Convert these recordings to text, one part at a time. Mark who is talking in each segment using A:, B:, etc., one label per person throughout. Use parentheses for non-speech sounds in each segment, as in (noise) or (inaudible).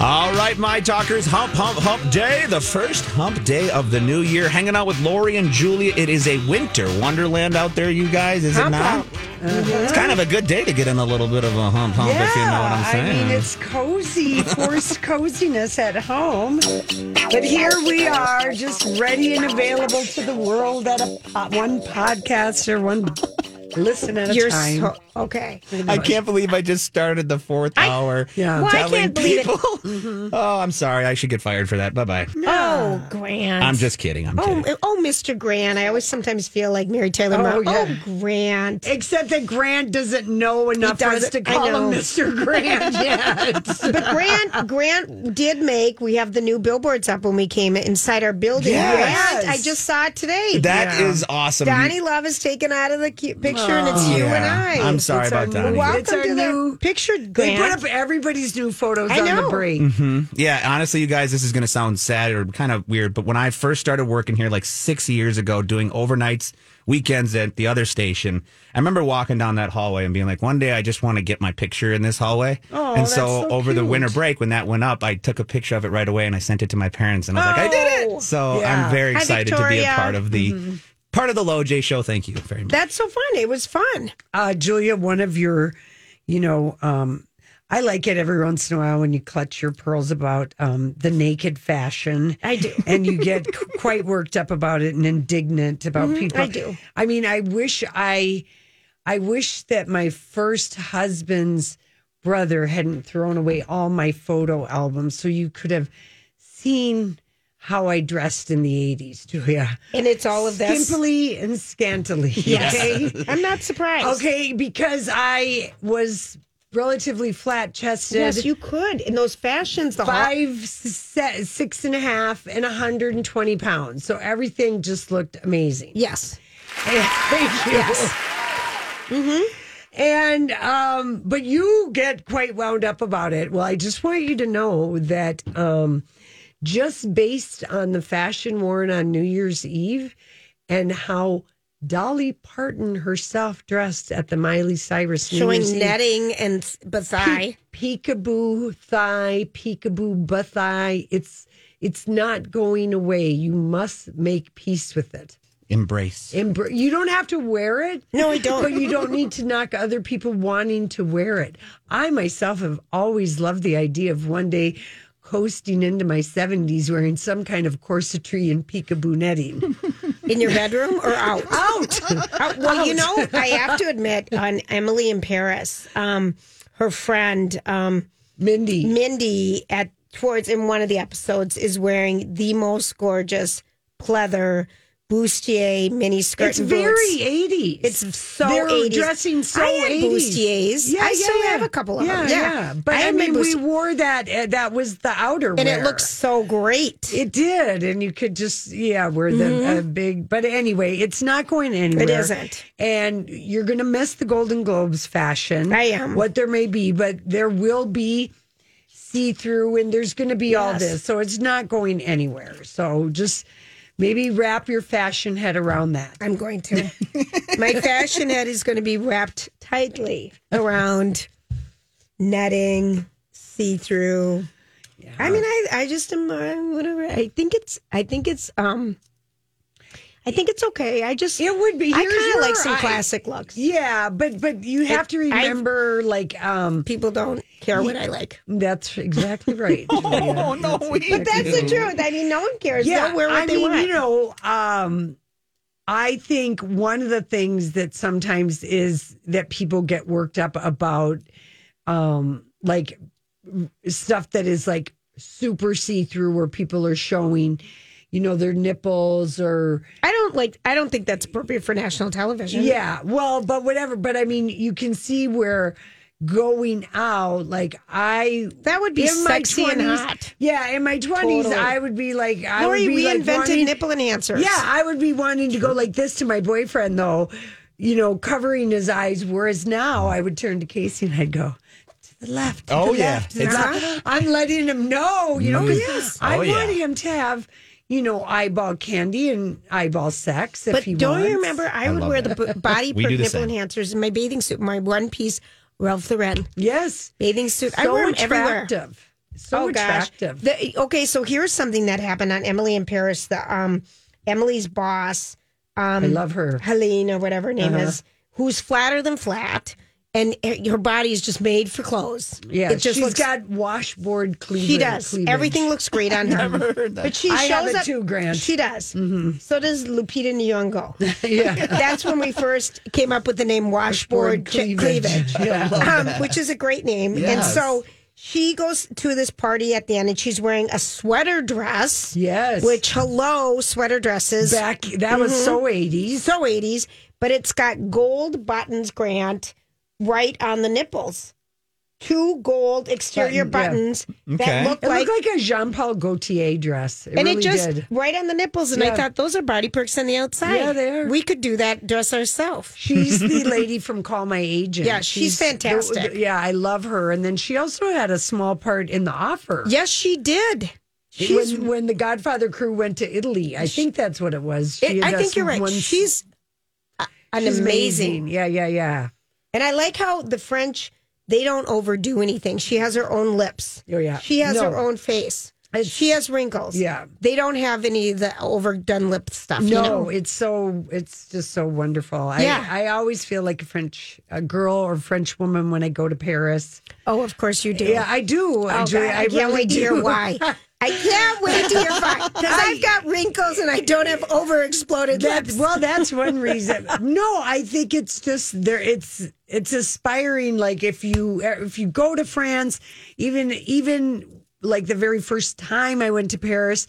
A: All right, my talkers, hump, hump, hump day, the first hump day of the new year. Hanging out with Lori and Julia. It is a winter wonderland out there, you guys, is it not? Uh-huh.
B: Uh-huh.
A: It's kind of a good day to get in a little bit of a hump, hump, if you know what I'm saying.
C: I mean, it's
A: (laughs)
C: cozy, forced coziness at home. But here we are, just ready and available to the world at a po- one podcast or one listen at a
B: You're
C: time.
B: so okay.
A: I can't believe I just started the fourth hour.
C: Yeah. Well,
B: I
A: telling
B: can't believe it. Mm-hmm.
A: people. (laughs) Oh, I'm sorry. I should get fired for that. Bye bye.
C: Ah.
B: Oh, Grant.
A: I'm just kidding. I'm
B: Oh,
A: kidding.
B: uh, oh, Mr. Grant. I always sometimes feel like Mary Taylor.
C: Oh,
B: Moore.
C: yeah.
B: oh
C: (laughs)
B: Grant.
C: Except that Grant doesn't know enough for us to
B: doesn't- I
C: call him
B: know. (laughs)
C: Mr. Grant yet.
B: But Grant, Grant did make. We have the new billboards up when we came inside our building.
A: Yes.
B: Grant, I just saw it today.
A: That is awesome.
B: Donnie Love is taken out of the cu- picture, and it's you
A: Yeah.
B: and I.
A: I'm sorry
C: It's our
A: about Donnie.
C: new-
B: Welcome
C: It's our
B: to the
C: new-
B: picture,
C: They
B: Grant.
C: put up everybody's new photos
B: I
C: on the
B: know.
C: break.
A: Yeah, honestly, you guys, this is going to sound sad or kind of weird, but when I first started working here like six years ago, doing overnights, weekends at the other station, I remember walking down that hallway and being like, one day I just want to get my picture in this hallway.
C: Oh,
A: and
C: that's
A: so,
C: so
A: over the
C: cute.
A: winter break, when that went up, I took a picture of it right away and I sent it to my parents and I was like, I did
B: Oh.
A: it. So
C: Yeah. Mm-hmm.
A: I'm very
B: Hi,
A: excited to be a
B: Victoria.
A: part of the part of the Low J show. Thank you very much.
B: That's so fun. It was fun.
C: Uh, Julia, one of your, you know, um, I like it every once in a while when you clutch your pearls about um, the naked fashion.
B: I do.
C: and you get c- quite worked up about it and indignant about people.
B: Mm-hmm. I do.
C: I mean, I wish I, I wish that my first husband's brother hadn't thrown away all my photo albums, so you could have seen how I dressed in the eighties, Julia.
B: And it's all of this.
C: Simply and scantily. Okay.
B: I'm not surprised.
C: Okay, because I was relatively flat chested.
B: Yes, you could. In those fashions, the hall-
C: Five, se- six and a half, and 120 pounds. So everything just looked amazing.
B: Yes.
C: (laughs) Thank you. Mm-hmm.
B: Yes.
C: And, um, but you get quite wound up about it. Well, I just want you to know that, um, just based on the fashion worn on New Year's Eve and how Dolly Parton herself dressed at the Miley Cyrus New Year's
B: Showing
C: Eve
B: netting and s- bazaar.
C: peekaboo thigh, peekaboo but thigh. It's it's not going away. You must make peace with it.
A: Embrace.
C: Embr- you don't have to wear it.
B: No, I don't.
C: But you don't need to knock other people wanting to wear it. I myself have always loved the idea of one day coasting into my 70s wearing some kind of corsetry and peekaboo netting.
B: In your bedroom or out?
C: (laughs) Out!
B: Uh, well, you know, I have to admit, on Emily in Paris, um, her friend um,
C: Mindy.
B: Mindy at towards in one of the episodes is wearing the most gorgeous pleather bustier mini skirt.
C: It's
B: and
C: very
B: boots.
C: 80s.
B: It's so
C: They're
B: 80s.
C: dressing so
B: I had
C: 80s.
B: bustiers. I still have a couple of
C: yeah,
B: them.
C: Yeah,
B: Yeah.
C: but
B: I
C: I,
B: had my
C: mean, we
B: busti-
C: wore that. Uh, that was the outerwear,
B: and it looks so great.
C: It did, and you could just yeah wear the uh, big. But anyway, it's not going anywhere.
B: Mm-hmm. isn't.
C: and you're going to miss the Golden Globes fashion.
B: I am.
C: what there may be, but there will be see through, and there's going to be all
B: Yes.
C: this. So it's not going anywhere. So just maybe wrap your fashion head around that.
B: I'm going to. My fashion head is going to be wrapped tightly around netting, see through. uh, I mean, I, I just am. I, whatever. I think it's. I think it's. Um. I think it's okay. I just
C: It would be.
B: I
C: Here's
B: kind of
C: where
B: like some
C: I-
B: classic looks.
C: Yeah, but but you have to
B: I-
C: remember, like, um,
B: People don't care what I like.
C: that's
B: (laughs)
C: exactly right. oh no,
B: But that's (laughs) the truth. I mean, no one cares.
C: yeah.
B: They'll wear what
C: I
B: they
C: mean,
B: want.
C: you know, um, I think one of the things that sometimes is that people get worked up about, um, like stuff that is like super see through, where people are showing, you know, their nipples or.
B: I don't like. I don't think that's appropriate for national television.
C: Yeah, well, but whatever. But I mean, you can see where going out, like I
B: That would be sexy and hot.
C: Yeah, in my twenties,
B: Totally.
C: I would be like, I
B: Lori
C: would be like
B: reinvented
C: wanting-
B: nipple enhancers.
C: Yeah, I would be wanting to go like this to my boyfriend, though. You know, covering his eyes. Whereas now, I would turn to Casey and I'd go. to The left. to
A: Oh,
C: the
A: yeah.
C: left, to the
A: It's-
C: left." I'm letting him know, you know, 'cause I
A: Oh, yeah.
C: want him to have, you know, eyeball candy and eyeball sex if
B: But
C: he
B: don't
C: wants.
B: you remember? I, would
A: love
B: wear the
C: (laughs)
B: b- body
A: We
B: perk
A: do the
B: nipple
A: same.
B: enhancers in my bathing suit, my one piece Ralph Lauren
C: Yes.
B: bathing suit. I
C: so
B: wear them everywhere.
C: attractive. So
B: oh gosh.
C: attractive.
B: The- okay, so here's something that happened on Emily in Paris. The um, Emily's boss,
C: I love
B: um,
C: her.
B: Helene or whatever her name
C: Uh-huh.
B: is, who's flatter than flat, and eh, her her body is just made for clothes.
C: Yeah,
B: it just
C: she's
B: looks.
C: got washboard cleavage.
B: she does.
C: cleavage.
B: Everything looks great on her. But she
C: I
B: shows
C: have it
B: up
C: too, Grant. Mm-hmm.
B: She does. So does Lupita Nyong'o.
C: (laughs) yeah.
B: That's when we first came up with the name
C: Board
B: Washboard, Chi-
C: cleavage.
B: Cleavage,
C: (laughs) Yeah.
B: um, which is a great name. And
A: Yes.
B: so she goes to this party at the end, and she's wearing a sweater dress.
C: Yes.
B: Which Mm-hmm. hello, sweater dresses
C: back that was so eighties.
B: so 80s, but it's got gold buttons, Grant, right on the nipples. Two gold exterior
C: Button,
B: buttons that
A: Okay.
B: look
C: It
B: like,
C: looked like a Jean Paul Gaultier dress. It
B: and
C: really
B: it just
C: did.
B: right on the nipples. And I
C: Yeah.
B: thought those are body perks on the outside.
C: Yeah, they are.
B: We could do that dress ourselves.
C: She's the lady from Call My Agent.
B: Yeah, she's fantastic.
C: the- yeah, I love her. And then she also had a small part in The Offer.
B: Yes, she did.
C: It
B: She's.
C: was when the Godfather crew went to Italy. I think that's what it was. She
B: it-
C: had
B: I
C: that
B: think you're right.
C: one-
B: she's a- an
C: she's
B: amazing.
C: Yeah, yeah, yeah.
B: And I like how the French they don't overdo anything. She has her own lips.
C: Oh, yeah.
B: She has
C: No.
B: her own face.
C: It's-
B: she has wrinkles.
C: Yeah.
B: They don't have any of the overdone lip stuff. you
C: No,
B: know?
C: it's so it's just so wonderful.
B: Yeah.
C: I, I always feel like a French a girl or French woman when I go to Paris.
B: Oh, of course you do.
C: Yeah, I do.
B: Oh,
C: Julia,
B: God, I, can't
C: really
B: wait to hear
C: do. (laughs)
B: why. I can't wait to hear why. Because I've got wrinkles and I don't have over exploded
C: That,
B: lips.
C: (laughs) well, that's one reason. No, I think it's just there. It's it's aspiring. Like if you if you go to France, even even like the very first time I went to Paris,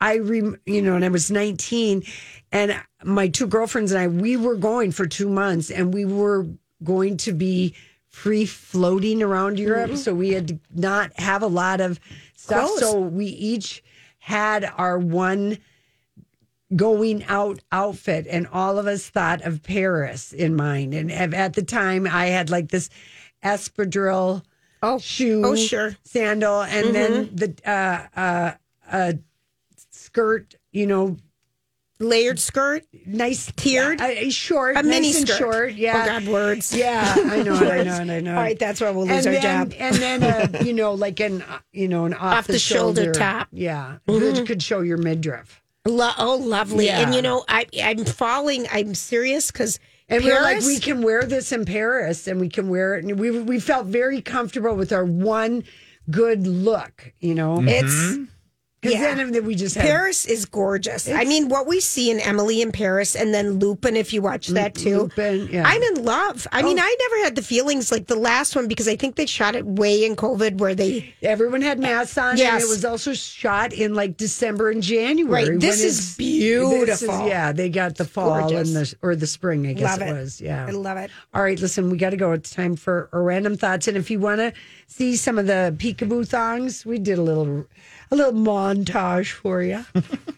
C: I rem, you know, and I was nineteen, and my two girlfriends and I we were going for two months, and we were going to be free floating around Europe, so we had to not have a lot of stuff.
B: Clothes.
C: So we each had our one going out outfit and all of us thought of paris in mind and at at the time i had like this espadrille
B: oh,
C: shoe
B: Oh, sure. Mm-hmm.
C: sandal and then the uh, uh, uh, skirt you know
B: Layered skirt,
C: nice
B: Tiered?
C: uh, short
B: a
C: nice
B: mini
C: and
B: skirt.
C: short yeah
B: Oh, God, words.
C: yeah i know it, i know it, i know
B: All right, that's where we'll lose
C: and
B: our
C: then,
B: job.
C: and then uh,
B: (laughs)
C: you know like an uh, you know an off,
B: Off the shoulder top. Mm-hmm.
C: yeah it could show your midriff
B: Lo- oh, lovely.
C: Yeah.
B: And you know, I, I'm falling. I'm serious because
C: And
B: Paris,
C: we were like, we can wear this in Paris, and we can wear it. And we we felt very comfortable with our one good look, you know.
B: it's
C: Because
B: Mm-hmm. yeah.
C: then we just had
B: Paris is gorgeous. I mean, what we see in Emily in Paris, and then Lupin, if you watch that too.
C: Lupin, yeah. Oh.
B: I'm in love. I mean, I never had the feelings like the last one because I think they shot it way in COVID, where they
C: everyone had masks on. and
B: Yes.
C: it was also shot in like December and January.
B: Right,
C: when
B: this
C: it's- this
B: is beautiful.
C: yeah, they got the fall
B: gorgeous.
C: and the or the spring, I guess
B: love
C: it was. Yeah,
B: I love it.
C: All right, listen, we got to go. It's time for our random thoughts, and if you want to see some of the peekaboo thongs, we did a little, a little montage for (laughs) you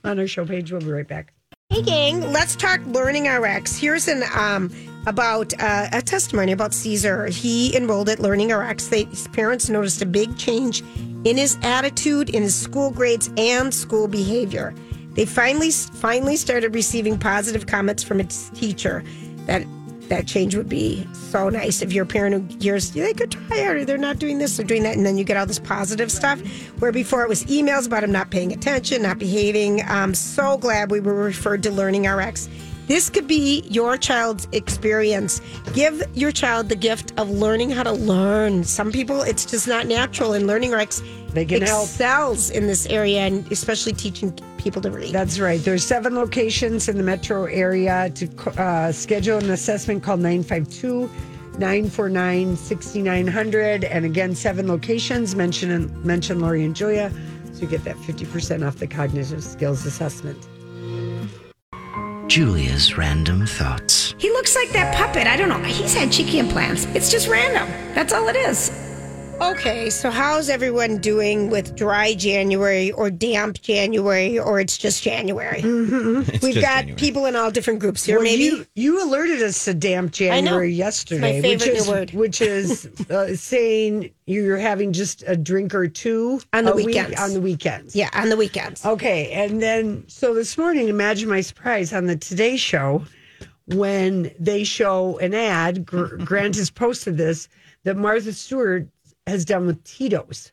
C: on our show page. We'll be right back.
B: Hey, gang, let's talk Learning RX. Here's an um, about uh, a testimony about Caesar. He enrolled at Learning RX. They, his parents noticed a big change in his attitude, in his school grades, and school behavior. They finally finally started receiving positive comments from its teacher that that change would be so nice if you're a parent who hears they could try harder, they're not doing this, they're doing that, and then you get all this positive stuff. Where before it was emails about them not paying attention, not behaving. I'm so glad we were referred to Learning RX. This could be your child's experience. Give your child the gift of learning how to learn. Some people, it's just not natural, and Learning RX
C: They can help.
B: excels in this area, and especially teaching people to read.
C: That's right. There's seven locations in the metro area to uh, schedule an assessment call 952 949 6900. And again, seven locations. Mention, mention Lori and Julia so you get that 50% off the cognitive skills assessment.
D: Julia's random thoughts.
B: He looks like that puppet. I don't know. He's had cheeky implants. It's just random. That's all it is. Okay, so how's everyone doing with dry January or damp January or it's just January? Mm-hmm. We've
A: just
B: got
A: January.
B: people in all different groups here.
C: Well,
B: maybe
C: you, you alerted us to damp January yesterday, which
B: favorite new
C: is
B: word.
C: which is uh, saying you're having just a drink or two
B: On the
C: a week-
B: weekends.
C: on the weekends.
B: yeah, on the weekends.
C: Okay, and then so this morning, imagine my surprise on the Today Show when they show an ad.
B: (laughs)
C: Gr- Grant has posted this that Martha Stewart has done with Tito's,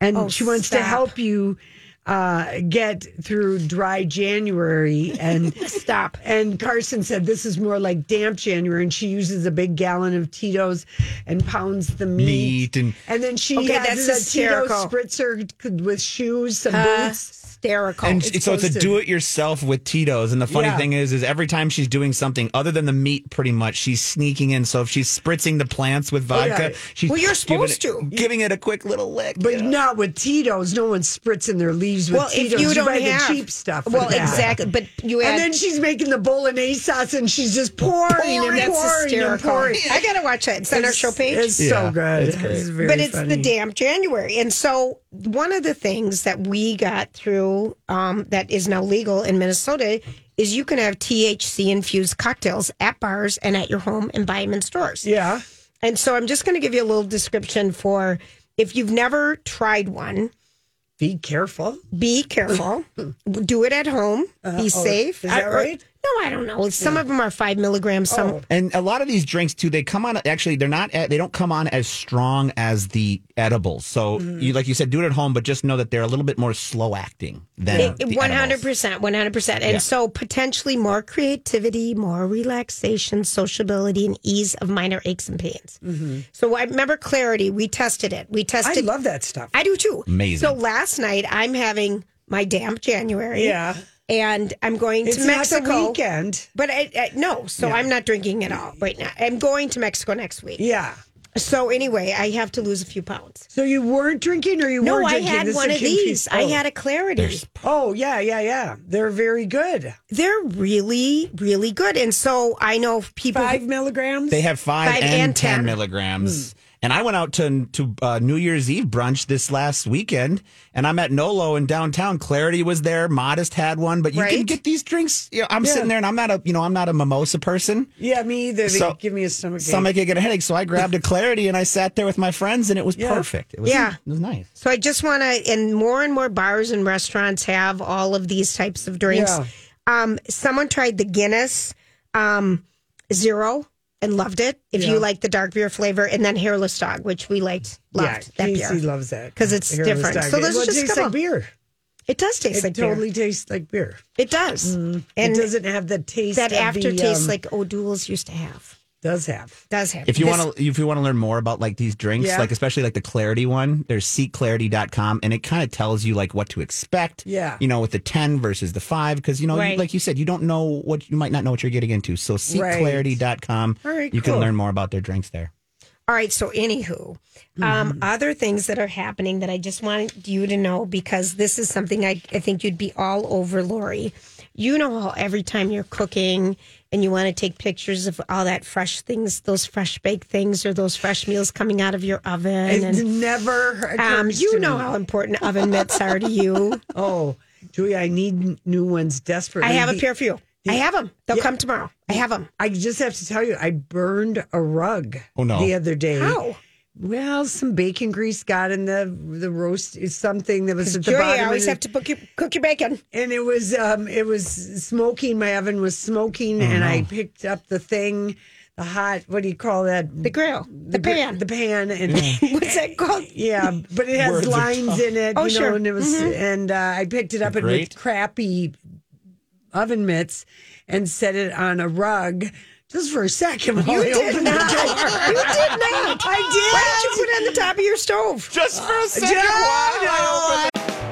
C: and
B: Oh,
C: she wants to
B: stop.
C: help you uh, get through dry January. And
B: (laughs) Stop.
C: and Carson said this is more like damp January, and she uses a big gallon of Tito's and pounds the meat,
A: Meat and-
C: then she
B: Okay,
C: has
B: that's
C: a Tito's
B: hysterical.
C: spritzer with shoes, some boots.
B: Hysterical.
A: And
C: it's
A: so it's a
C: posted.
A: do-it-yourself with Tito's, and the funny
C: Yeah.
A: thing is, is every time she's doing something other than the meat, pretty much she's sneaking in. So if she's spritzing the plants with vodka, she's
B: Oh, Well, you're
A: giving
B: supposed
A: it-
B: to.
A: giving it a quick little lick.
C: But
A: you know?
C: not with Tito's. No one's spritzing their leaves with
B: well,
C: Tito's.
B: if you don't
C: buy
B: have
C: the cheap stuff. for
B: Well,
C: that.
B: exactly. But you add
C: And then she's making the bolognese sauce, and she's just pouring,
B: Pouring,
C: and
B: that's
C: pouring and
B: hysterical.
C: pouring.
B: I gotta watch that. It's on our show page.
C: It's so
A: Yeah,
C: good.
A: it's great.
C: very
B: but it's
C: funny.
B: the damp January. And so one of the things that we got through um, that is now legal in Minnesota is you can have THC infused cocktails at bars and at your home and buy them in stores.
C: Yeah.
B: And so I'm just going to give you a little description for if you've never tried one,
C: Be careful.
B: be
C: (laughs)
B: careful, do it at home, be safe.
C: Uh-huh. Oh, is that
B: I- or-
C: right? Oh,
B: no, I don't know. Some of them are five milligrams, some
A: And a lot of these drinks too, they come on. Actually, they're not. They don't come on as strong as the edibles. So,
B: Mm-hmm.
A: you, like you said, do it at home, but just know that they're a little bit more slow acting than the edibles.
B: One hundred percent, one hundred percent, and so potentially more creativity, more relaxation, sociability, and ease of minor aches and pains. So I remember clarity. We tested it. We
C: Mm-hmm. I
B: tested.
C: love that stuff.
B: I do too.
A: Amazing.
B: So last night I'm having my damp January.
C: Yeah.
B: and I'm going
C: It's
B: to
C: Mexico.
B: Mexico.
C: weekend.
B: But I, I, no, so I'm not drinking at all right now. I'm going to Mexico next week.
C: Yeah.
B: So anyway, I have to lose a few pounds.
C: So you weren't drinking, or you
B: No,
C: were
B: I
C: drinking?
B: had
C: This is
B: one of
C: confused.
B: these. I
C: Oh.
B: had a clarity.
C: Oh yeah, yeah, yeah. They're very good.
B: they're really, really good. And so I know people.
C: Five milligrams.
A: They have five,
B: Five
A: and,
B: and Hmm.
A: 10,
B: 10.
A: milligrams. And I went out to to uh, New Year's Eve brunch this last weekend, and I'm at Nolo in downtown. Clarity was there, Modest had one, but you can
B: Right.
A: get these drinks. You know, I'm sitting there, and I'm not a you know I'm not a mimosa person.
C: yeah, me either. They
A: So-
C: give me a stomach.
A: Stomach ache and a headache, so I grabbed a Clarity and I sat there with my friends, and it was perfect. It was,
B: Yeah.
A: it was nice.
B: so I just want to, and more and more bars and restaurants have all of these types of drinks.
C: Yeah.
B: Um, someone tried the Guinness um, Zero and loved it. If you like the dark beer flavor, and then Hairless Dog, which we liked,
C: Yeah,
B: loved that
C: Casey
B: beer.
C: loves that
B: 'Cause it's
C: Hairless
B: different.
C: dog.
B: So there's
C: Well, it
B: just a
C: tastes
B: couple-
C: like beer.
B: it does taste
C: It
B: like
C: totally
B: beer.
C: tastes like beer.
B: It does, and
C: it doesn't have the taste
B: that
C: of the,
B: aftertaste
C: um,
B: like O'Doul's used to have.
C: does have.
B: Does have?
A: If you
B: This-
A: want to, if you want to learn more about like these drinks,
C: Yeah.
A: like especially like the Clarity one, there's seekclarity.com and it kind of tells you like what to expect.
C: Yeah.
A: You know, with the 10 versus the five, because you know, you-
B: Right.
A: like you said, you don't know what you might not know what you're getting into. So seekclarity.com.
C: All right,
A: you
C: cool.
A: can learn more about their drinks there.
B: All right. So, anywho,
C: Mm-hmm.
B: um, other things that are happening that I just wanted you to know because this is something I, I think you'd be all over, Lori. You know how every time you're cooking and you want to take pictures of all that fresh things, those fresh baked things or those fresh meals coming out of your oven.
C: It
B: And,
C: never.
B: um,
C: occurs
B: you
C: to
B: know
C: me.
B: how important oven mitts are to you.
C: Oh, Julia, I need new ones desperately.
B: I have a
C: The-
B: pair for you. I have them. They'll come tomorrow. I have them.
C: I just have to tell you, I burned a rug.
A: Oh, no.
C: The other day.
B: How?
C: Well, some bacon grease got in the the roast. Is something that was at the
B: Julia,
C: bottom.
B: I always
C: and-
B: have to book your, cook your bacon.
C: and it
A: Oh,
C: was um it was smoking my oven was smoking and i picked up the thing the hot what do you call that?
B: The grill, the,
C: gr-
B: pan.
C: The pan and
B: (laughs) What's that called?
C: (laughs) yeah, but it has
A: Words are
C: lines in it.
B: Oh,
C: you
B: sure.
C: know, and it was and uh, I picked it up and
A: Great.
C: with crappy oven mitts and set it on a rug. Just for a second, while
B: You
C: I
B: did
C: opened the
B: not.
C: door.
B: You did not.
C: I
B: Why did you put it on the top of your (laughs) stove?
A: Just for a
C: did.
A: second. why did I open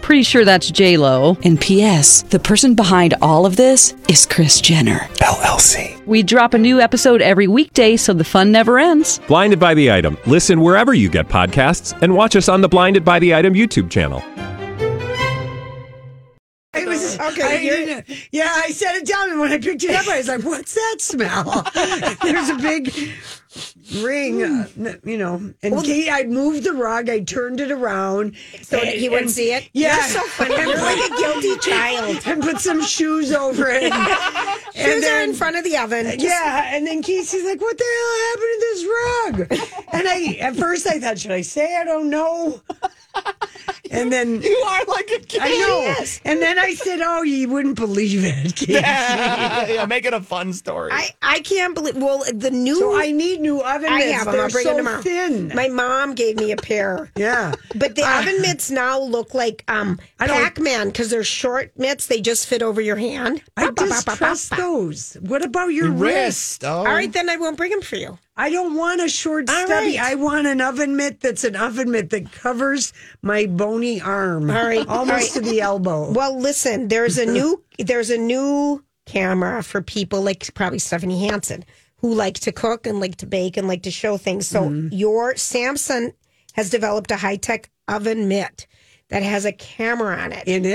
E: Pretty sure that's J Lo. And P.S. The person behind all of this is Chris Jenner LLC. We drop a new episode every weekday, so the fun never ends.
F: Blinded by the item. Listen wherever you get podcasts, and watch us on the Blinded by the Item YouTube channel.
C: It was
B: Okay,
C: I
B: you're-
C: didn't- yeah, I set it down, and when I picked it up, I was like, "What's that smell?" (laughs) There's a big ring, uh, n- you know. And Kate, I moved the rug, I turned it around
B: So that he wouldn't
C: and-
B: see it?
C: Yeah,
B: You're so funny.
C: And
B: You're
C: put-
B: like a guilty
C: (laughs)
B: child.
C: and put some shoes over
B: (laughs)
C: it.
B: Shoes are in front of the oven. Just-
C: Yeah, and then Casey's like, "What the hell happened to this rug?" And I, at first, I thought, "Should I say I don't
B: (laughs)
C: know?" And then
A: You are like a kid.
C: I know. And then I said, "Oh, you wouldn't believe
B: (laughs)
C: it."
A: (laughs)
C: Casey."
A: yeah, make it a fun story.
B: I, I can't believe. Well, the new.
C: So I need new oven
B: I
C: mitts.
B: have 'em.
C: They're
B: I'll bring
C: so
B: 'em tomorrow.
C: thin.
B: My mom gave me a pair. (laughs)
C: yeah. Ah.
B: But the oven mitts now look like um,
C: don't-
B: Pac Man because they're short mitts. They just fit over your hand.
C: I
B: Ba, ba, ba, ba, ba,
C: distrust
B: ba.
C: those. What about your wrist?
A: wrist. Oh.
B: All right, then I won't bring them for you.
C: I don't want a short
B: All
C: stubby.
B: right.
C: I want an oven mitt that's an oven mitt that covers my bony arm.
B: All right, all
C: Almost
B: right.
C: to the elbow.
B: Well, listen, there's
C: (laughs)
B: a new there's a new camera for people like probably Stephanie Hansen who like to cook and like to bake and like to show things. So
C: Mm-hmm.
B: your Samsung has developed a high tech oven mitt that has a camera on it in,
C: In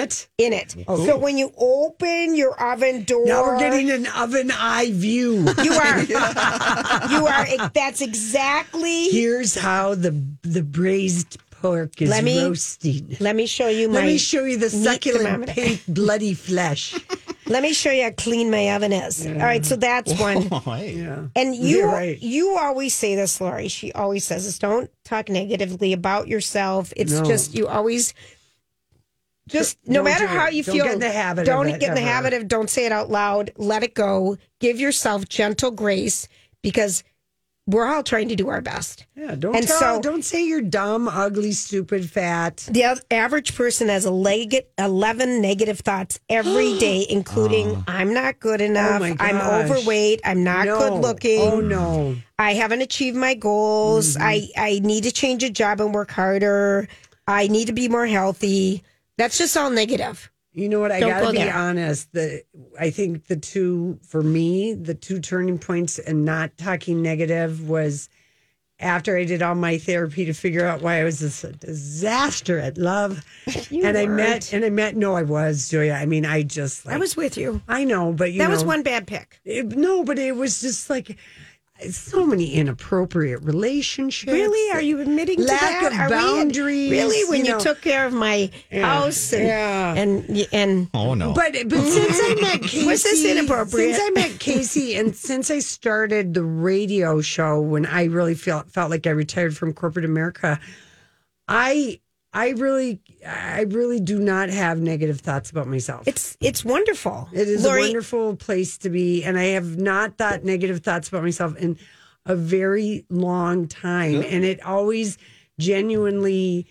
C: it.
B: it. So when you open your oven door,
C: Oh. Now we're getting an oven eye view.
B: you are
C: (laughs)
B: you are that's exactly.
C: Here's how the the braised pork is
B: Let me-
C: roasting.
B: Let me show you my.
C: Let me show you the
B: meat
C: succulent,
B: thermometer.
C: pink, bloody
B: (laughs)
C: flesh.
B: Let me show you how clean my oven is. All right, so that's one.
C: (laughs)
B: And you
C: You're right.
B: you always say this, Lori. She always says this. Don't talk negatively about yourself. It's
C: No.
B: just you always just no
C: don't
B: matter
C: do
B: how
C: it.
B: you
C: Don't
B: feel.
C: get in the habit of
B: Don't
C: it,
B: get in the
C: ever.
B: habit of don't say it out loud. Let it go. Give yourself gentle grace because we're all trying to do our best.
C: Yeah, don't
B: And
C: tell,
B: so-
C: don't say you're dumb, ugly, stupid, fat.
B: The av- average person has a leg- 11 negative thoughts
C: (gasps)
B: every day, including I'm not good enough,
C: Ah. Oh my
B: I'm
C: gosh.
B: overweight, I'm not
C: No.
B: good looking,
C: Oh Mm-hmm. no.
B: I haven't achieved my goals, I, I need to change a job and work harder, I need to be more healthy. That's just all negative.
C: You know what? I
B: Don't
C: gotta
B: go
C: be
B: there.
C: honest. The I think the two for me, the two turning points and not talking negative was after I did all my therapy to figure out why I was this disaster at love. and I met and I met no, I was, Julia. I mean, I just like
B: I was with you.
C: I know, but you
B: that was
C: know,
B: one bad pick.
C: it- no, but it was just like so many inappropriate relationships.
B: Really? Are you admitting to
C: Lack
B: that?
C: of
B: Are we-
C: boundaries,
B: really? When
C: you
B: you,
C: know.
B: took care of my house and,
C: Yeah.
B: and, and
A: Oh no.
C: But but since I met Casey,
B: Mm-hmm. (laughs) Was this inappropriate?
C: Since I met Casey, and since I started the radio show, when I really felt felt like I retired from corporate America, I I really I really do not have negative thoughts about myself.
B: it's it's wonderful.
C: It is
B: Lori,
C: a wonderful place to be, and I have not thought negative thoughts about myself in a very long time, and it always genuinely.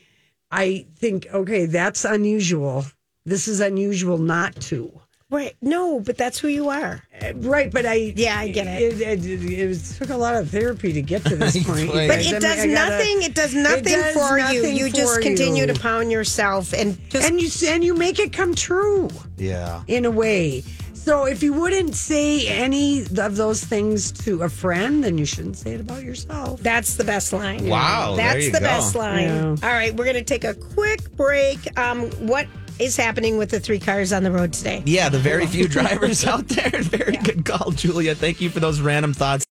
C: I think okay, that's unusual. This is unusual not to.
B: Right. No, but that's who you are.
C: Right, but I
B: Yeah, I get it.
C: It, it, it was, took a lot of therapy to get to
B: (laughs)
C: this point.
A: But
B: But
A: Yes,
B: it
C: I mean,
B: does
C: I gotta-
B: nothing. It does nothing
C: does
B: for you.
C: nothing
B: You
C: for
B: just continue
C: you.
B: to pound yourself and just.
C: and you and you make it come true
A: yeah.
C: in a way. So if you wouldn't say any of those things to a friend, then you shouldn't say it about yourself.
B: That's the best line.
A: Wow, there
B: That's
A: you
B: the
A: go.
B: best line.
C: Yeah.
B: All right, we're going to take a quick break. Um, what is happening with the three cars on the road today?
A: Yeah, the very few (laughs) drivers out there. Very good call, Julia. Thank you for those random thoughts.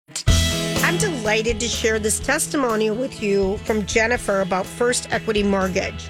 B: I'm delighted to share this testimonial with you from Jennifer about First Equity Mortgage.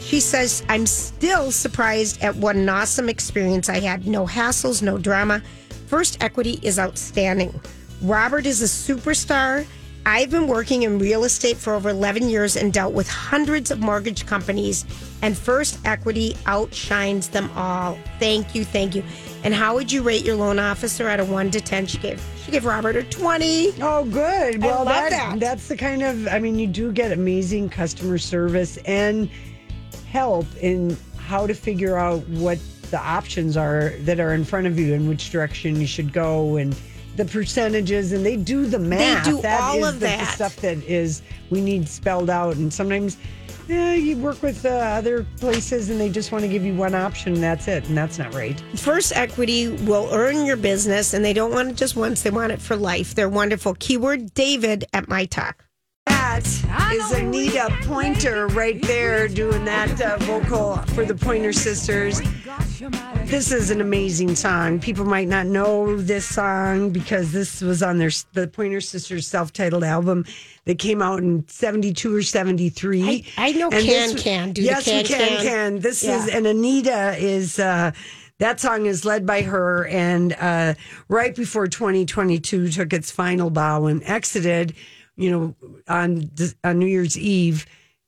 B: She says, I'm still surprised at what an awesome experience I had. No hassles, no drama. First Equity is outstanding. Robert is a superstar. I've been working in real estate for over 11 years and dealt with hundreds of mortgage companies, and First Equity outshines them all. Thank you, thank you. And how would you rate your loan officer out of 1 to 10? She gave, she gave Robert a 20.
C: Oh, good.
B: I
C: Well,
B: love that.
C: that's the kind of I mean, you do get amazing customer service and help in how to figure out what the options are that are in front of you and which direction you should go and the percentages and they do the math.
B: do
C: That
B: all
C: is
B: of
C: the, the
B: that.
C: stuff that is we need spelled out and sometimes. Yeah, you work with uh, other places and they just want to give you one option and that's it. And that's not right.
B: First Equity will earn your business, and they don't want it just once, they want it for life. They're wonderful. Keyword David at my talk.
C: That is Anita Pointer right there doing that uh, vocal for the Pointer Sisters. This is an amazing song. People might not know this song because this was on their the Pointer Sisters self-titled album that came out in 72 or 73.
B: I- I know
C: And
B: Can
C: this-
B: Can, do the
C: Yes,
B: Can
C: we can
B: Can.
C: can. This is
B: Yeah.
C: and Anita is uh that song is led by her, and uh, right before 2022 took its final bow and exited, you know, on, on New Year's Eve,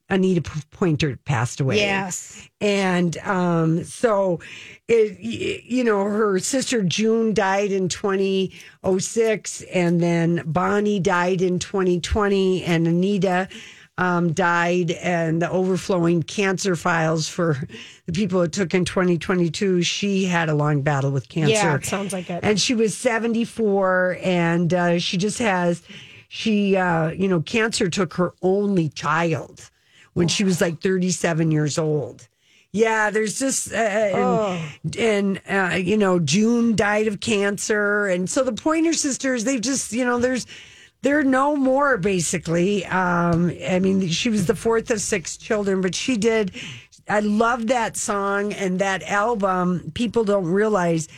C: Anita P- Pointer passed away
B: Yes.
C: and um, so it y- you know her sister june died in 2006 and then bonnie died in 2020 and anita um, died and the overflowing cancer files for the people it took in 2022 she had a long battle with cancer
B: Yeah, it sounds like it.
C: and she was 74 and uh, she just has she uh, you know cancer took her only child when she was like 37 years old yeah there's just uh, and, and uh, you know june died of cancer and so the pointer sisters they've just you know there's they're no more basically um, i mean she was the fourth of six children but she did i love that song and that album people don't realize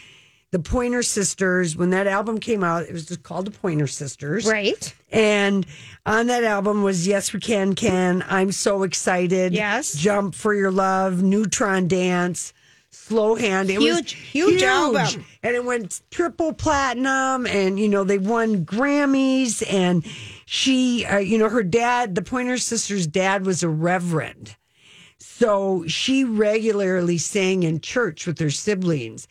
C: the Pointer Sisters, when that album came out, it was just called the Pointer Sisters.
B: Right.
C: And on that album was Yes We Can Can, I'm So Excited.
B: Yes.
C: Jump for Your Love, Neutron Dance, Slow Hand. It was
B: Huge, huge album.
C: And it went triple platinum and you know, they won Grammys and she uh, you know, her dad, the Pointer Sisters dad was a reverend. So she regularly sang in church with her siblings.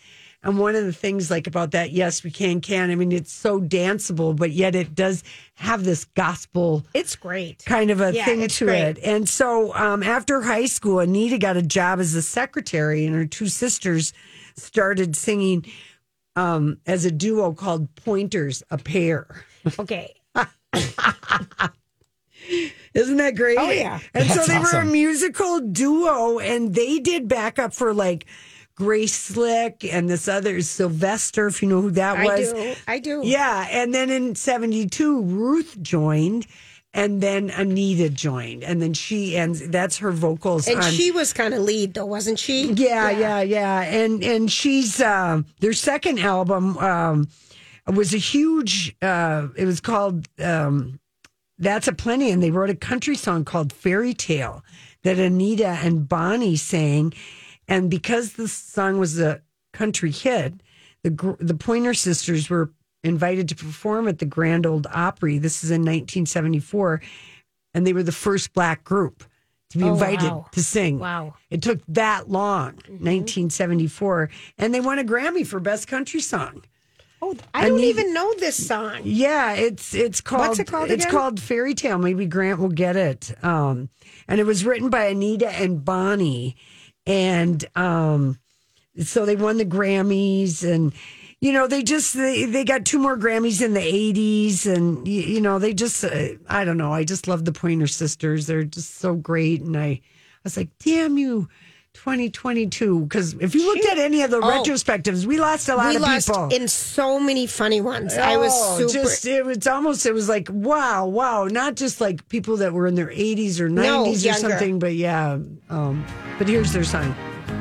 C: And one of the things like about that, yes, we can, can. I mean, it's so danceable, but yet it does have this gospel
B: It's great.
C: kind of a
B: Yeah,
C: thing
B: it's
C: to
B: great.
C: it. And so um, after high school, Anita got a job as a secretary, and her two sisters started singing um, as a duo called Pointers, a pair.
B: Okay.
C: (laughs) Isn't that great?
B: Oh, yeah.
C: And so
A: That's
C: they were a
A: awesome.
C: musical duo and they did backup for like Grace Slick and this other Sylvester, if you know who that
B: I
C: was.
B: do. I do.
C: Yeah. And then in 72, Ruth joined and then Anita joined. And then she ends, that's her vocals.
B: And
C: on,
B: she was kind of lead, though, wasn't she?
C: Um, yeah, yeah, yeah. And and she's um their second album um was a huge uh it was called um That's a Plenty and they wrote a country song called Fairy Tale that Anita and Bonnie sang and because the song was a country hit the gr- the Pointer Sisters were invited to perform at the Grand Old Opry this is in 1974 and they were the first black group to be
B: Oh,
C: invited
B: wow.
C: to sing
B: Wow. Mm-hmm.
C: it took that long, 1974, and they won a Grammy for best country song.
B: Oh, I don't
C: Anita-
B: even know this song.
C: Yeah, it's it's called
B: What's it called
C: it's
B: again?
C: called Fairy Tale. Maybe Grant will get it. Um, and it was written by Anita and Bonnie, and um, so they won the Grammys, and you know they just they, they got two more Grammys in the 80s, and y- you know they just uh, I don't know. I just love the Pointer Sisters. They're just so great, and I I was like, damn you. 2022 because if you looked at any of the retrospectives, we lost a lot
B: Oh. we
C: of
B: lost
C: people.
B: in so many funny ones. I was
C: Oh,
B: super.
C: just it was almost it was like wow, wow, not just like people that were in their 80s or 90s
B: No,
C: or
B: younger.
C: something, but yeah. Um, but here's their song,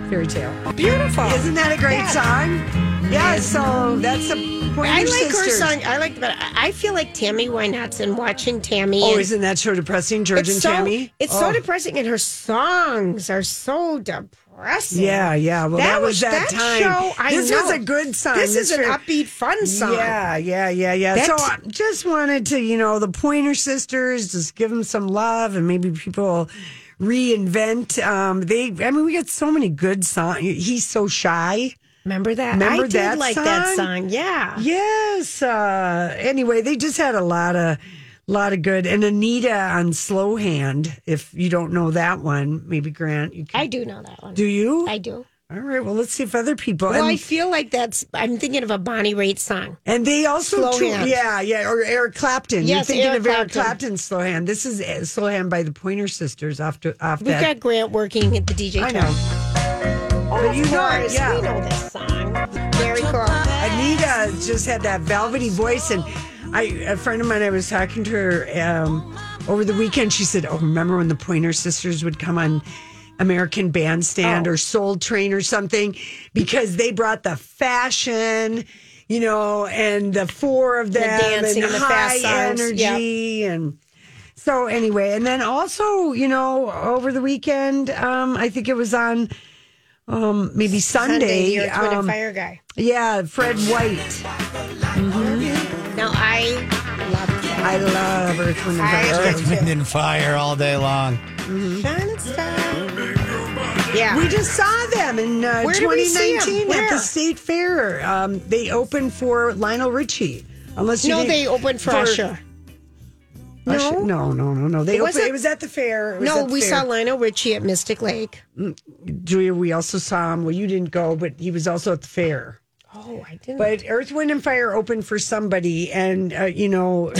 C: Fairy Tale.
B: Beautiful.
C: Isn't that a great
B: Yeah.
C: song? Yeah. So that's the point.
B: I
C: of
B: like
C: sisters.
B: her song. I like, but I I feel like Tammy Wynette's and watching Tammy.
C: Oh,
B: and-
C: isn't that so depressing, George
B: it's
C: and
B: so,
C: Tammy?
B: It's
C: Oh.
B: so depressing, and her songs are so depressing.
C: Yeah, yeah. Well, that, was that, time.
B: Show, I
C: this was
B: know.
C: a good song.
B: This, is an
C: fair-
B: upbeat, fun song.
C: Yeah, yeah, yeah, yeah.
B: That-
C: so I just wanted to, you know, the Pointer Sisters, just give them some love and maybe people reinvent. Um, they, I mean, we got so many good songs. He's so shy.
B: Remember that?
C: Remember
B: I did
C: that
B: like
C: song?
B: that song. Yeah.
C: Yes. Uh, anyway, they just had a lot of, lot of good. And Anita on Slow Hand. If you don't know that one, maybe Grant, you can.
B: I do know that one.
C: do you?
B: I do.
C: All right. Well, let's see if other people.
B: Well,
C: and-
B: I feel like that's. I'm thinking of a Bonnie Raitt song.
C: And they also,
B: Slow
C: tou-
B: Hand.
C: yeah, yeah, or Eric Clapton. You're
B: Yes,
C: thinking
B: Eric
C: of Eric
B: Clapton.
C: Clapton, Slow Hand. This is uh, Slow Hand by the Pointer Sisters. Off to off
B: We've
C: that.
B: got Grant working at the DJ.
C: I
B: tent.
C: know.
B: Oh,
C: But
B: of
C: you know it,
B: course.
C: yeah.
B: We know this song. Very cool.
C: Anita just had that velvety voice, and I a friend of mine. I was talking to her um, over the weekend. She said, "Oh, remember when the Pointer Sisters would come on?" American Bandstand
B: Oh.
C: or Soul Train or something because they brought the fashion, you know, and the four of them
B: dancing
C: and
B: and the
C: high
B: fast songs,
C: energy
B: yep.
C: and so anyway, and then also, you know, over the weekend, um, I think it was on um maybe
B: Sunday,
C: Sunday.
B: you're a twin
C: um,
B: and fire guy.
C: yeah, Fred White.
B: Now I love that.
C: I love Earth, Wind, and Fire.
B: I do too.
D: Wind and fire all day long.
B: Shining star. Yeah.
C: Hmm? We just saw them in uh,
B: Where did we see
C: 2019
B: them?
C: at the
B: Where?
C: State Fair. Um, they opened for Lionel Richie. Unless you
B: no,
C: didn't-
B: they opened for, Usher.
C: Usher-
B: No?
C: no, no, no, no. They
B: It
C: opened.
B: wasn't-
C: It was at the fair. It was
B: No,
C: at the
B: we
C: fair.
B: saw Lionel Richie at Mystic Lake.
C: Julia. We also saw him. Well, you didn't go, but he was also at the fair.
B: Oh, I didn't.
C: But Earth, Wind, and Fire opened for somebody, and uh, you
B: (laughs)
C: know,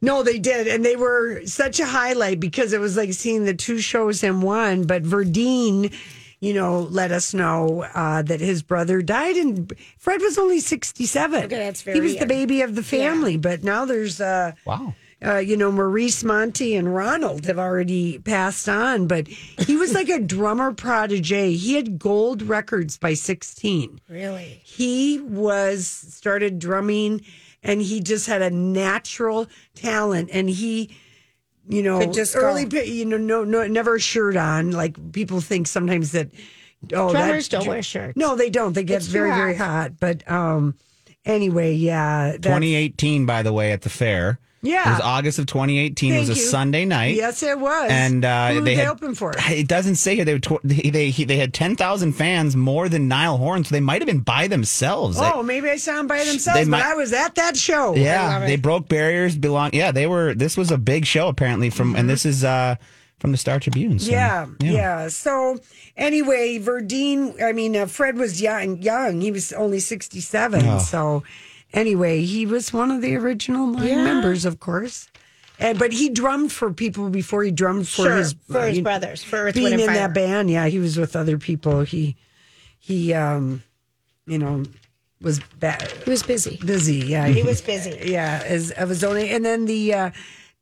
C: no, they did, and they were such a highlight because it was like seeing the two shows in one. But Verdeen, you know, let us know uh, that his brother died, and Fred was only sixty-seven.
B: Okay, that's
C: he
B: very
C: was the
B: young.
C: baby of the family. But now there's uh,
D: Wow.
C: uh, you know, Maurice Monty and Ronald have already passed on, but he was like a drummer prodigy. He had gold records by 16.
B: really?
C: He was started drumming and he just had a natural talent and he you know
B: Could just
C: early
B: go.
C: pi- you know no no never a shirt on like people think sometimes that oh that's
B: Drummers don't wear shirts.
C: no they don't they get
B: It's too
C: very very hot but um anyway yeah that's-
A: 2018, by the way, at the fair.
C: Yeah.
A: It was August of 2018. it was
C: Thank
A: a
C: you.
A: Sunday night.
C: yes it was
A: And uh, they,
C: Who did they
A: had,
C: open for
A: It doesn't say here. They were tw- they they, they had ten thousand fans more than Nile Horn, so they might have been by themselves. Like,
C: Oh, maybe I saw them by themselves,
A: they
C: but
A: might-
C: I was at that show.
B: I love
A: yeah,
B: it.
A: they broke barriers. Belong. Yeah, they were. This was a big show apparently. From and this is uh from the Star Tribune. so,
C: Mm-hmm. Yeah, yeah. So anyway, Verdeen, I mean, uh, Fred was young, young. He was only 67. So anyway, he was one of the original Lion members, of course. And, but he drummed for people before he drummed for
B: Sure,
C: his,
B: for his
C: you-
B: brothers, for Earth,
C: being
B: Wind,
C: in
B: and Fire.
C: that band. Yeah, he was with other people. He, he, um, you know, was ba-
B: He was busy.
C: busy. Yeah,
B: He was busy.
C: yeah, as of his own. And then the uh,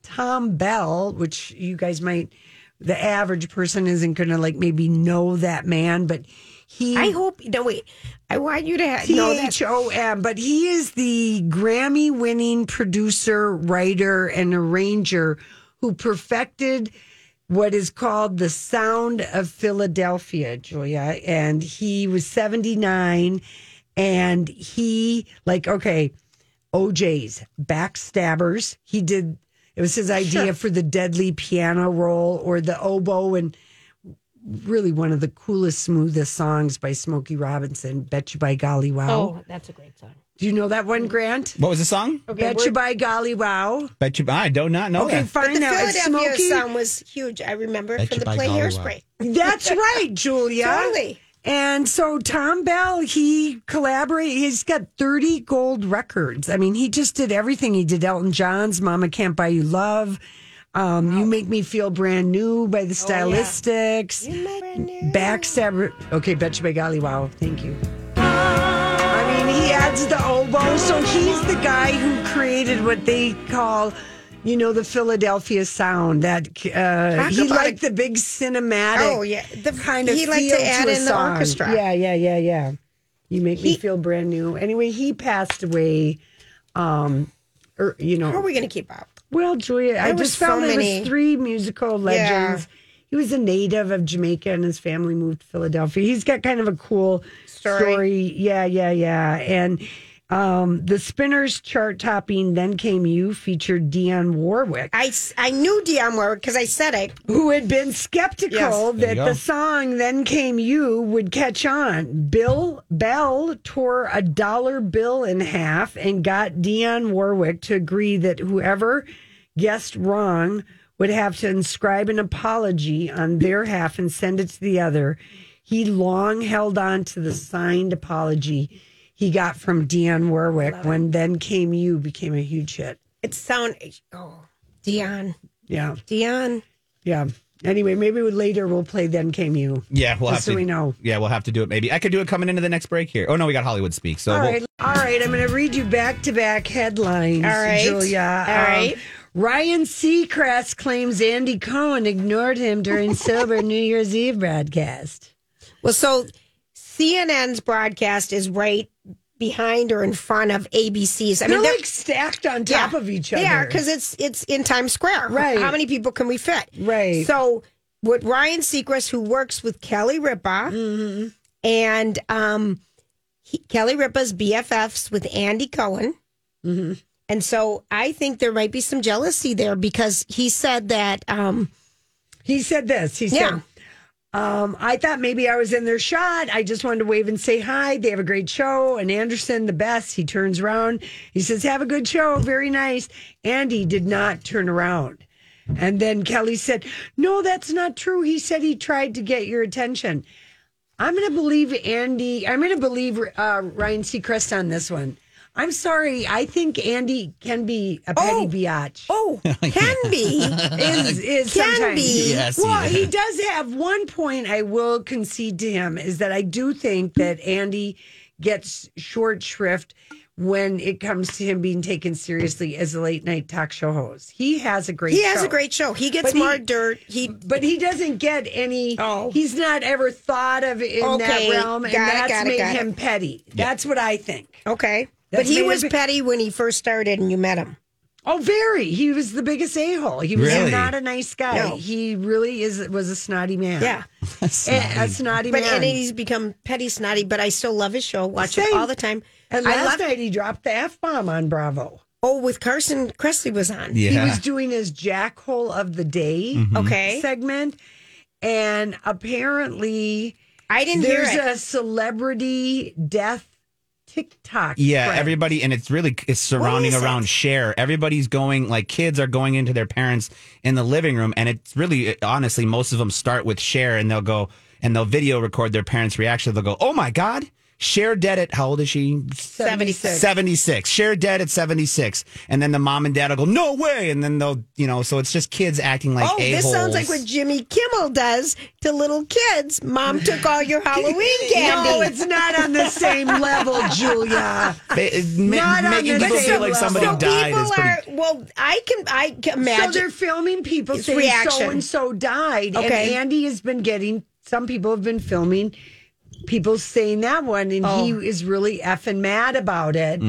C: Tom Bell, which you guys might, the average person isn't going to like maybe know that man, but he.
B: I hope. No, wait. I want you to ha-
C: T
B: know that.
C: H O M, but he is the Grammy winning producer, writer, and arranger who perfected what is called the sound of Philadelphia, Julia. And he was 79, and he, like, okay, OJ's Backstabbers. He did, it was his idea for the deadly piano roll or the oboe and really one of the coolest, smoothest songs by Smokey Robinson, Bet You By Golly Wow.
B: Oh, that's a great song.
C: Do you know that one, Grant?
A: What was the song?
C: Bet You By Golly Wow.
A: Bet you. I do not know
C: Okay,
A: that.
B: But
C: fine
B: the
C: now. It's
B: Philadelphia
C: Smokey.
B: song was huge. I remember it
D: Bet
B: from
D: you
B: the
D: by
B: play
D: golly, wow.
B: Hairspray.
C: That's
B: (laughs)
C: right, Julia.
B: Totally.
C: And so Tom Bell, he collaborated. He's got 30 gold records. I mean, he just did everything. He did Elton John's Mama Can't Buy You Love. Um, You make me feel brand new
B: Oh,
C: by the stylistics. Backstabber. Okay, betcha by golly, wow. Thank you. I mean, he adds the oboe, so he's the guy who created what they call, you know, the Philadelphia sound. That uh,
B: Talk
C: he
B: about
C: liked
B: a-
C: the big cinematic.
B: Oh, yeah. The-
C: kind of
B: he liked
C: feel
B: to add
C: a
B: in the
C: song.
B: orchestra.
C: Yeah, yeah, yeah, yeah. You make me feel brand new. Anyway, he passed away. Um, or you know,
B: How are we going to keep up?
C: well, Julia, I
B: There was
C: just found
B: so
C: there
B: many.
C: was three musical legends. He was a native of Jamaica, and his family moved to Philadelphia. He's got kind of a cool
B: Story.
C: story. Yeah, yeah, yeah. And um, the Spinners chart topping "Then Came You" featured Dionne Warwick,
B: I, s- I knew Dion Warwick because I said it.
C: who had been skeptical
B: Yes. There
C: that the song "Then Came You" would catch on. Bill Bell tore a dollar bill in half and got Dionne Warwick to agree that whoever guessed wrong would have to inscribe an apology on their half and send it to the other. He long held on to the signed apology he got from Dionne Warwick when "Then Came You" became a huge hit.
B: It sound oh Dion
C: Yeah,
B: Dion.
C: yeah. Anyway, maybe we- later we'll play "Then Came You."
A: Yeah, we'll
C: Just
A: have
C: so
A: to.
C: we know.
A: Yeah, we'll have to do it. Maybe I could do it coming into the next break here. Oh no, we got Hollywood Speak. So
C: All
A: we'll-
C: right, all right. I'm going to read you back to back headlines,
B: All right.
C: Julia. Um,
B: All right.
C: Ryan Seacrest claims Andy Cohen ignored him
B: (laughs)
C: during sober New Year's Eve broadcast.
B: Well, so CNN's broadcast is right behind or in front of ABC's. I
C: They're
B: mean, they're-
C: like stacked on top
B: Yeah.
C: of each other.
B: They are because it's it's in Times Square.
C: Right.
B: How many people can we fit?
C: Right.
B: So what Ryan Seacrest, who works with Kelly Ripa,
C: Mm-hmm.
B: and um, he, Kelly Ripa's BFFs with Andy Cohen.
C: Mm-hmm.
B: And so I think there might be some jealousy there because he said that. Um,
C: he said this. He
B: Yeah.
C: said, um, I thought maybe I was in their shot. I just wanted to wave and say hi. They have a great show. And Anderson, the best. He turns around. He says, Have a good show. Very nice. Andy did not turn around. And then Kelly said, No, that's not true. He said he tried to get your attention. I'm going to believe Andy. I'm going to believe uh, Ryan Seacrest on this one. I'm sorry. I think Andy can be a petty
B: Oh.
C: biatch
B: oh, can be.
C: (laughs) is, is
B: Can
C: sometimes.
B: be.
A: Yes,
C: Well,
A: yeah.
C: he does have one point I will concede to him is that I do think that Andy gets short shrift when it comes to him being taken seriously as a late night talk show host. He has a great
B: He has
C: show,
B: a great show. He gets
C: But he-
B: more dirt. He
C: but he doesn't get any
B: Oh.
C: he's not ever thought of in
B: Okay,
C: that realm and
B: got it,
C: that's
B: got it,
C: made
B: got it.
C: him petty. That's what I think.
B: okay,
C: That's
B: but he
C: made
B: was
C: a big-
B: petty when he first started, and you met him.
C: Oh, very. He was the biggest a hole. He was
A: Really?
C: not a nice guy.
B: No.
C: He really is was a snotty man.
B: Yeah.
C: a, a snotty
B: But
C: man.
B: and he's become petty snotty, but I still love his show. Watch it
C: Same.
B: all the time.
C: and
B: I
C: last
B: love
C: night he dropped the f bomb on Bravo.
B: Oh, with Carson Kressley was on.
A: yeah. Mm-hmm.
C: He was doing his jackhole of the day
B: Okay.
C: segment, and apparently
B: I didn't hear
C: there's
B: it.
C: a celebrity death TikTok.
A: Yeah,
C: trend.
A: everybody, and it's really it's surrounding
B: is it?
A: around share. Everybody's going like kids are going into their parents in the living room, and it's really honestly most of them start with share, and they'll go and they'll video record their parents' reaction. They'll go, "Oh my god." Cher dead at how old is she?
B: 76.
A: 76. Cher dead at 76. And then the mom and dad will go, no way. And then they'll, you know, so it's just kids acting like
B: oh, this
A: a-holes.
B: sounds like what Jimmy Kimmel does to little kids. Mom took
C: (laughs)
B: all your Halloween candy.
C: No, it's not on the same
B: (laughs)
C: level, Julia.
A: Ba- ma-
C: Not on
A: making
C: the
A: people
C: same
A: feel like
C: level.
A: somebody
B: so
A: died
B: people
A: is pretty.
B: are well. I can I can
C: So
A: (laughs)
B: imagine.
C: they're filming people
B: It's
C: saying so
B: reaction.
C: and so died.
B: Okay.
C: And Andy has been getting, some people have been filming people saying that one, and
B: Oh.
C: he is really effing mad about it.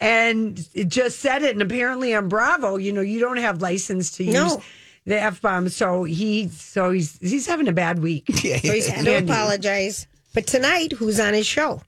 C: And it just said it. And apparently on Bravo, you know, you don't have license to use.
B: No.
C: The f bomb, so he, so he's he's having a bad (laughs) week.
B: so he's had to apologize. But tonight, who's on his show?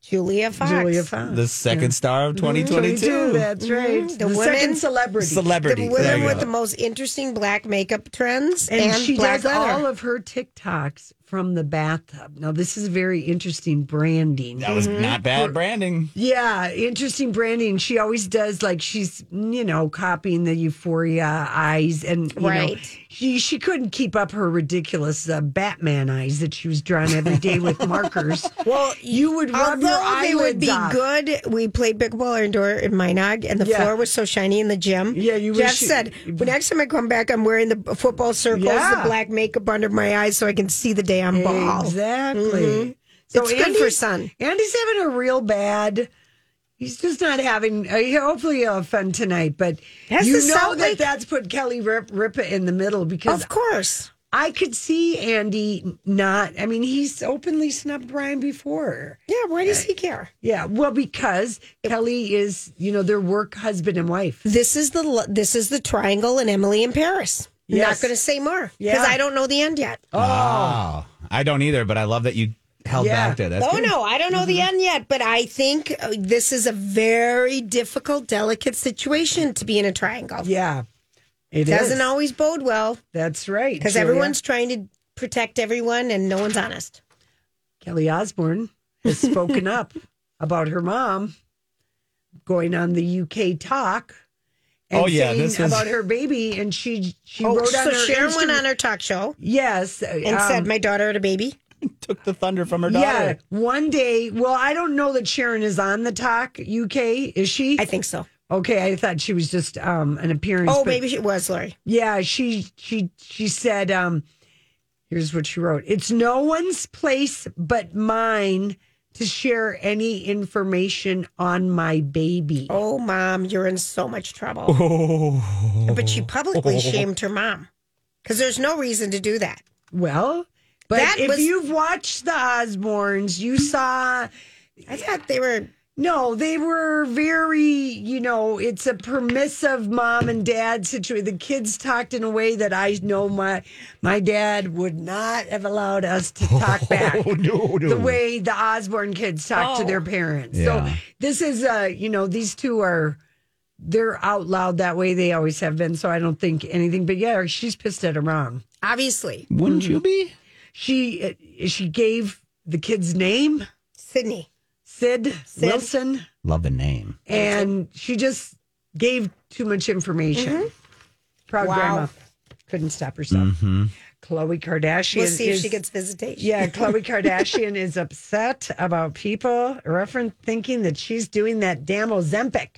B: Julia Fox.
C: Julia Fox.
A: The second star
B: Mm-hmm.
A: of 2022.
C: 22, That's right.
B: Mhm. The
C: The,
B: women-
C: second celebrity,
A: Celebrity.
B: The
A: There you
B: women with
A: go.
B: the most interesting black makeup trends and,
C: and, she
B: black
C: does
B: leather.
C: all of her TikToks from the bathtub. Now, this is very interesting branding.
A: That was not bad branding.
C: Yeah, interesting branding. She always does like she's you know copying the Euphoria eyes, and you know
B: Right.
C: she she couldn't keep up her
B: (laughs)
C: ridiculous uh, Batman eyes that she was drawing every day with markers. well, you would rub your
B: know they would be
C: eyelids off.
B: good. We played pickleball indoor in Minog, and the
C: Yeah.
B: floor was so shiny in the gym.
C: Yeah, you
B: Jeff
C: wish you-
B: said, "But next time I come back, I'm wearing the football circles,
C: Yeah.
B: the black makeup under my eyes, so I can see the damn ball."
C: Exactly.
B: It's good for
C: Mm-hmm. Andy's-
B: sun.
C: Andy's having a real bad. He's just not having. Uh, he- hopefully, he'll have fun tonight. But
B: Has
C: you
B: this
C: know
B: sound
C: that
B: like-
C: that's put Kelly Rip, Ripa in the middle because
B: Of course.
C: I could see Andy not. I mean, he's openly snubbed Brian before.
B: Yeah. Why does he care?
C: Yeah, well, because Kelly is, you know, their work husband and wife.
B: This is the lo- this is the triangle and Emily in Paris. I'm
C: Yes.
B: Not going to say more because
C: Yeah.
B: I don't know the end yet.
D: Wow. I don't either, but I love that you held
C: Yeah.
D: back there. That's
B: Oh
D: good.
B: no, I don't know the end yet, but I think uh, this is a very difficult, delicate situation to be in a triangle.
C: Yeah, it is.
B: Doesn't always bode well
C: That's right.
B: because
C: Julia.
B: everyone's trying to protect everyone and no one's honest.
C: Kelly Osborne
B: (laughs)
C: has spoken up about her mom going on the UK talk and
D: Oh, yeah,
C: saying
D: this was-
C: about her baby, and she she
B: Oh,
C: wrote on
B: so
C: her
B: Sharon went
C: Insta-
B: on her talk show
C: yes um,
B: and said, "My daughter had a baby."
D: Took the thunder from her
C: yeah (laughs)
D: daughter.
C: one day. Well, I don't know that Sharon is on the talk UK. Is she?
B: I think so.
C: okay, I thought she was just um an appearance.
B: Oh,
C: but-
B: maybe she was Lori.
C: Yeah, she she she said um here's what she wrote. It's no one's place but mine to share any information on my baby.
B: Oh, mom, you're in so
C: (laughs)
B: much trouble. But she publicly shamed her mom because there's no reason to do that.
C: Well, but
B: That
C: if
B: was-
C: you've watched the Osbournes, you saw
B: I thought they were
C: no, they were very, you know, it's a permissive mom and dad situation. The kids talked in a way that I know my my dad would not have allowed us to talk back.
A: Oh,
D: no, no.
C: the way the Osborne kids talk
B: Oh.
C: to their parents. So
D: Yeah.
C: this is uh, you know, these two are they're out loud that way they always have been, so I don't think anything but yeah, she's pissed at her mom.
B: obviously
D: Wouldn't you be?
C: She uh, she gave the kid's name,
B: Sydney.
C: Sid, Wilson,
D: Love the name.
C: and she just gave too much information. Proud
B: Mm-hmm. Wow.
C: grandma couldn't stop herself.
A: Mm.
D: Hmm.
C: Chloe Kardashian.
B: We'll see if
C: is-
B: she gets visitation.
C: Yeah, Khloe Kardashian is upset about people reference thinking that she's doing that damn Ozempic.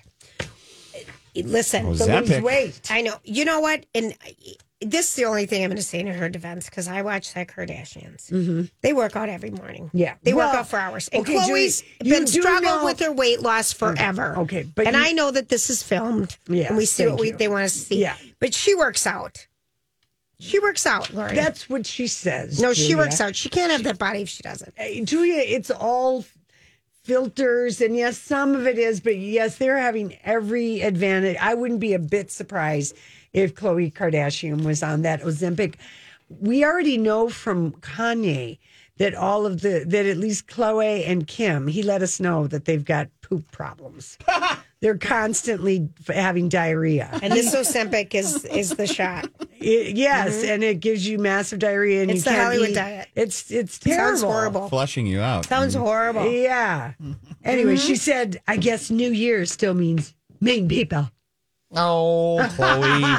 B: Listen,
D: Oh,
B: the
D: Zap
B: lose
D: it.
B: weight. I know. You know what? And I- this is the only thing I'm going to say in her defense because I watch the Kardashians. They work out every morning.
C: Mm-hmm. Yeah.
B: they work
C: Well,
B: out for hours. And
C: okay, Julie,
B: Chloe's
C: you
B: been
C: do
B: struggling
C: know-
B: with her weight loss forever.
C: Okay, but
B: and
C: you-
B: I know that this is filmed.
C: Yes,
B: and we see what
C: thank
B: we,
C: you.
B: they want to see.
C: Yeah.
B: but she works out. She works out, Lori.
C: That's what she says.
B: no, she works out. She can't have that body if she doesn't.
C: Hey, Eh, Julia, it's all filters, and yes, some of it is, but yes, they're having every advantage. I wouldn't be a bit surprised if Khloe Kardashian was on that Ozempic. We already know from Kanye that all of the that at least Chloe and Kim, he let us know that they've got poop
B: (laughs)
C: problems. They're constantly f- having diarrhea. (laughs)
B: And this Ozempic is is the shot.
C: It- yes, and it gives you massive diarrhea. And
B: Mm-hmm. It's
C: you
B: the
C: can't
B: Hollywood
C: eat.
B: diet.
C: It's it's terrible.
B: Sounds horrible.
D: Flushing you out.
B: Sounds horrible.
C: Yeah. Anyway,
B: Mm-hmm.
C: she said, I guess New Year still means mean people.
D: Oh,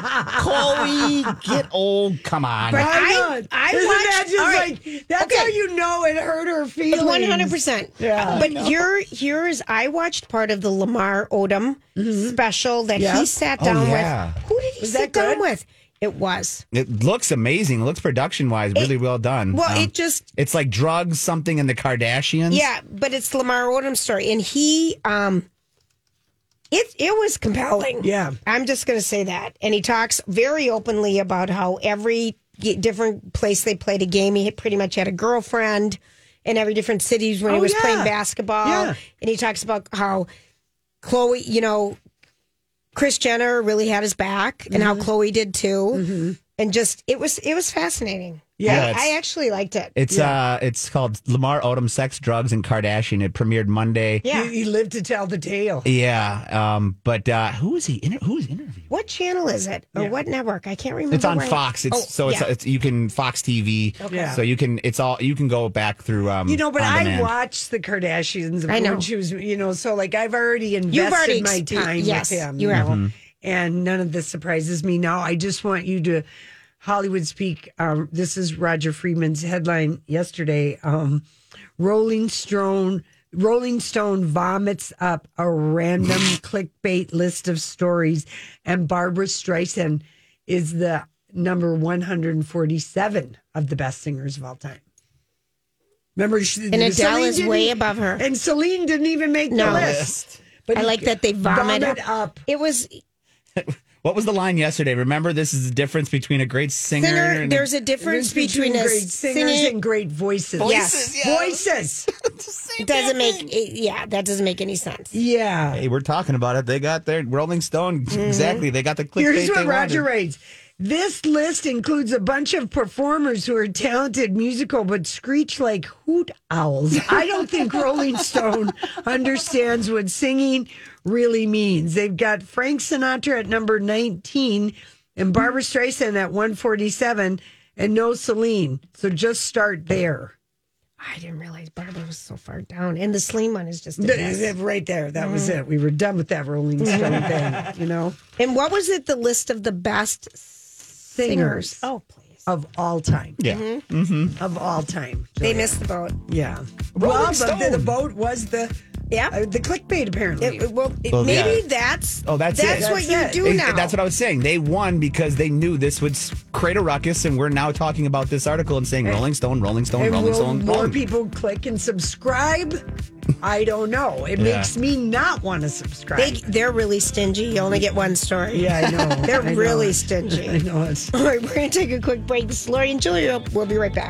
D: Chloe. Chloe, get old. Come on.
B: But
C: I,
B: I,
C: know.
B: I,
C: Oh Isn't
B: watched.
C: that just
B: all right.
C: like, that's
B: Okay.
C: how you know it hurt her feelings.
B: One hundred percent.
C: Yeah.
B: But here, here is I watched part of the Lamar Odom special that
C: Yeah.
B: he sat
D: Oh,
B: down
D: yeah.
B: with. Who did he
C: Was that
B: sit down
C: good?
B: with? It was.
D: It looks amazing. It looks production wise really well done.
B: Well,
D: Um,
B: it just
D: it's like drugs, something in the Kardashians.
B: yeah, but it's Lamar Odom's story, and he um, it it was compelling.
C: Yeah.
B: I'm just going to say that. And he talks very openly about how every g- different place they played a game, he pretty much had a girlfriend in every different cities when he
C: Oh,
B: was
C: yeah.
B: playing basketball.
C: Yeah.
B: And he talks about how Chloe, you know, Chris Jenner really had his back and
C: Mm-hmm.
B: how Chloe did too. And just it was it was fascinating.
D: Yeah,
B: I-
D: it's-
B: I, actually liked it.
D: It's uh, it's called Lamar Odom, Sex, Drugs, and Kardashian. It premiered Monday.
B: yeah.
C: He, he lived to tell the tale.
D: Yeah, um, but uh, who is he? Inter- who is interviewing?
B: What channel is it or what network? I can't remember.
D: It's on
B: where I-
D: Fox. It's
B: Oh,
D: so it's,
B: yeah.
D: it's you can Fox TV. Okay.
C: Yeah.
D: So you can it's all you can go back through. Um,
C: You know, but
D: on
C: I
D: demand.
C: watched the Kardashians
B: I know.
C: when she was, you know, so like I've already invested
B: already
C: my
B: expe-
C: time
B: yes,
C: with him.
B: you have.
C: know,
D: Mm-hmm.
C: And none of this surprises me now. I just want you to Hollywood speak. Um, this is Roger Freeman's headline yesterday. Um, Rolling Stone Rolling Stone vomits up a random clickbait list of stories, and Barbara Streisand is the number 147 of the best singers of all time. Remember, she,
B: And Adele
C: Celine
B: is
C: didn't- e-
B: way above her.
C: And Celine didn't even make the
B: No.
C: list. But
B: I like that they vomit up.
C: up.
B: It was
D: What was the line yesterday? Remember, this is the difference between a great singer,
B: singer.
D: and
B: There's a difference between, a
C: great singers
B: singing.
C: and great voices.
B: Voices,
C: yes. Voices.
B: it doesn't make. It, yeah, that doesn't make any sense.
C: Yeah.
D: (laughs) Hey, we're talking about it. They got their Rolling Stone. Exactly. They got the clickbait.
C: Mm-hmm. Here's
D: they
C: what Roger
D: wanted.
C: writes. This list includes a bunch of performers who are talented musical but screech like hoot owls. I don't think Rolling Stone understands what singing really means. They've got Frank Sinatra at number 19 and Barbara Streisand at 147 and no Celine. So just start there.
B: I didn't realize Barbara was so far down, and the Celine one is just. a mess.
C: Th- Right there. That was it. We were done with that Rolling Stone thing, you know?
B: And what was it? The list of the best singers.
C: Singers
B: Oh, please.
C: of all time.
D: Yeah.
C: Mm-hmm. Of all time.
B: They missed the boat.
C: Yeah. Well, but the, the
D: Stone.
C: boat was the
B: Yeah.
C: uh, the clickbait apparently.
B: It- it- well, it-
D: Well,
B: maybe
D: yeah.
B: that's.
D: Oh, that's it.
B: that's what
C: That's it.
B: you do
D: It-
B: now.
D: That's what I was saying. They won because they knew this would s- create a ruckus, and we're now talking about this article and saying Rolling Stone, Rolling Stone,
C: and
D: Rolling
C: will
D: Stone.
C: more
D: Rolling-
C: people click and subscribe? I don't know. It
D: Yeah.
C: makes me not want to subscribe.
B: they they're really stingy. You only get one story.
C: yeah, I know.
B: They're
C: I know.
B: really
C: I
B: stingy.
C: know it's
B: All right, we're going to take a quick break. This is Lori and Julia. We'll be right back.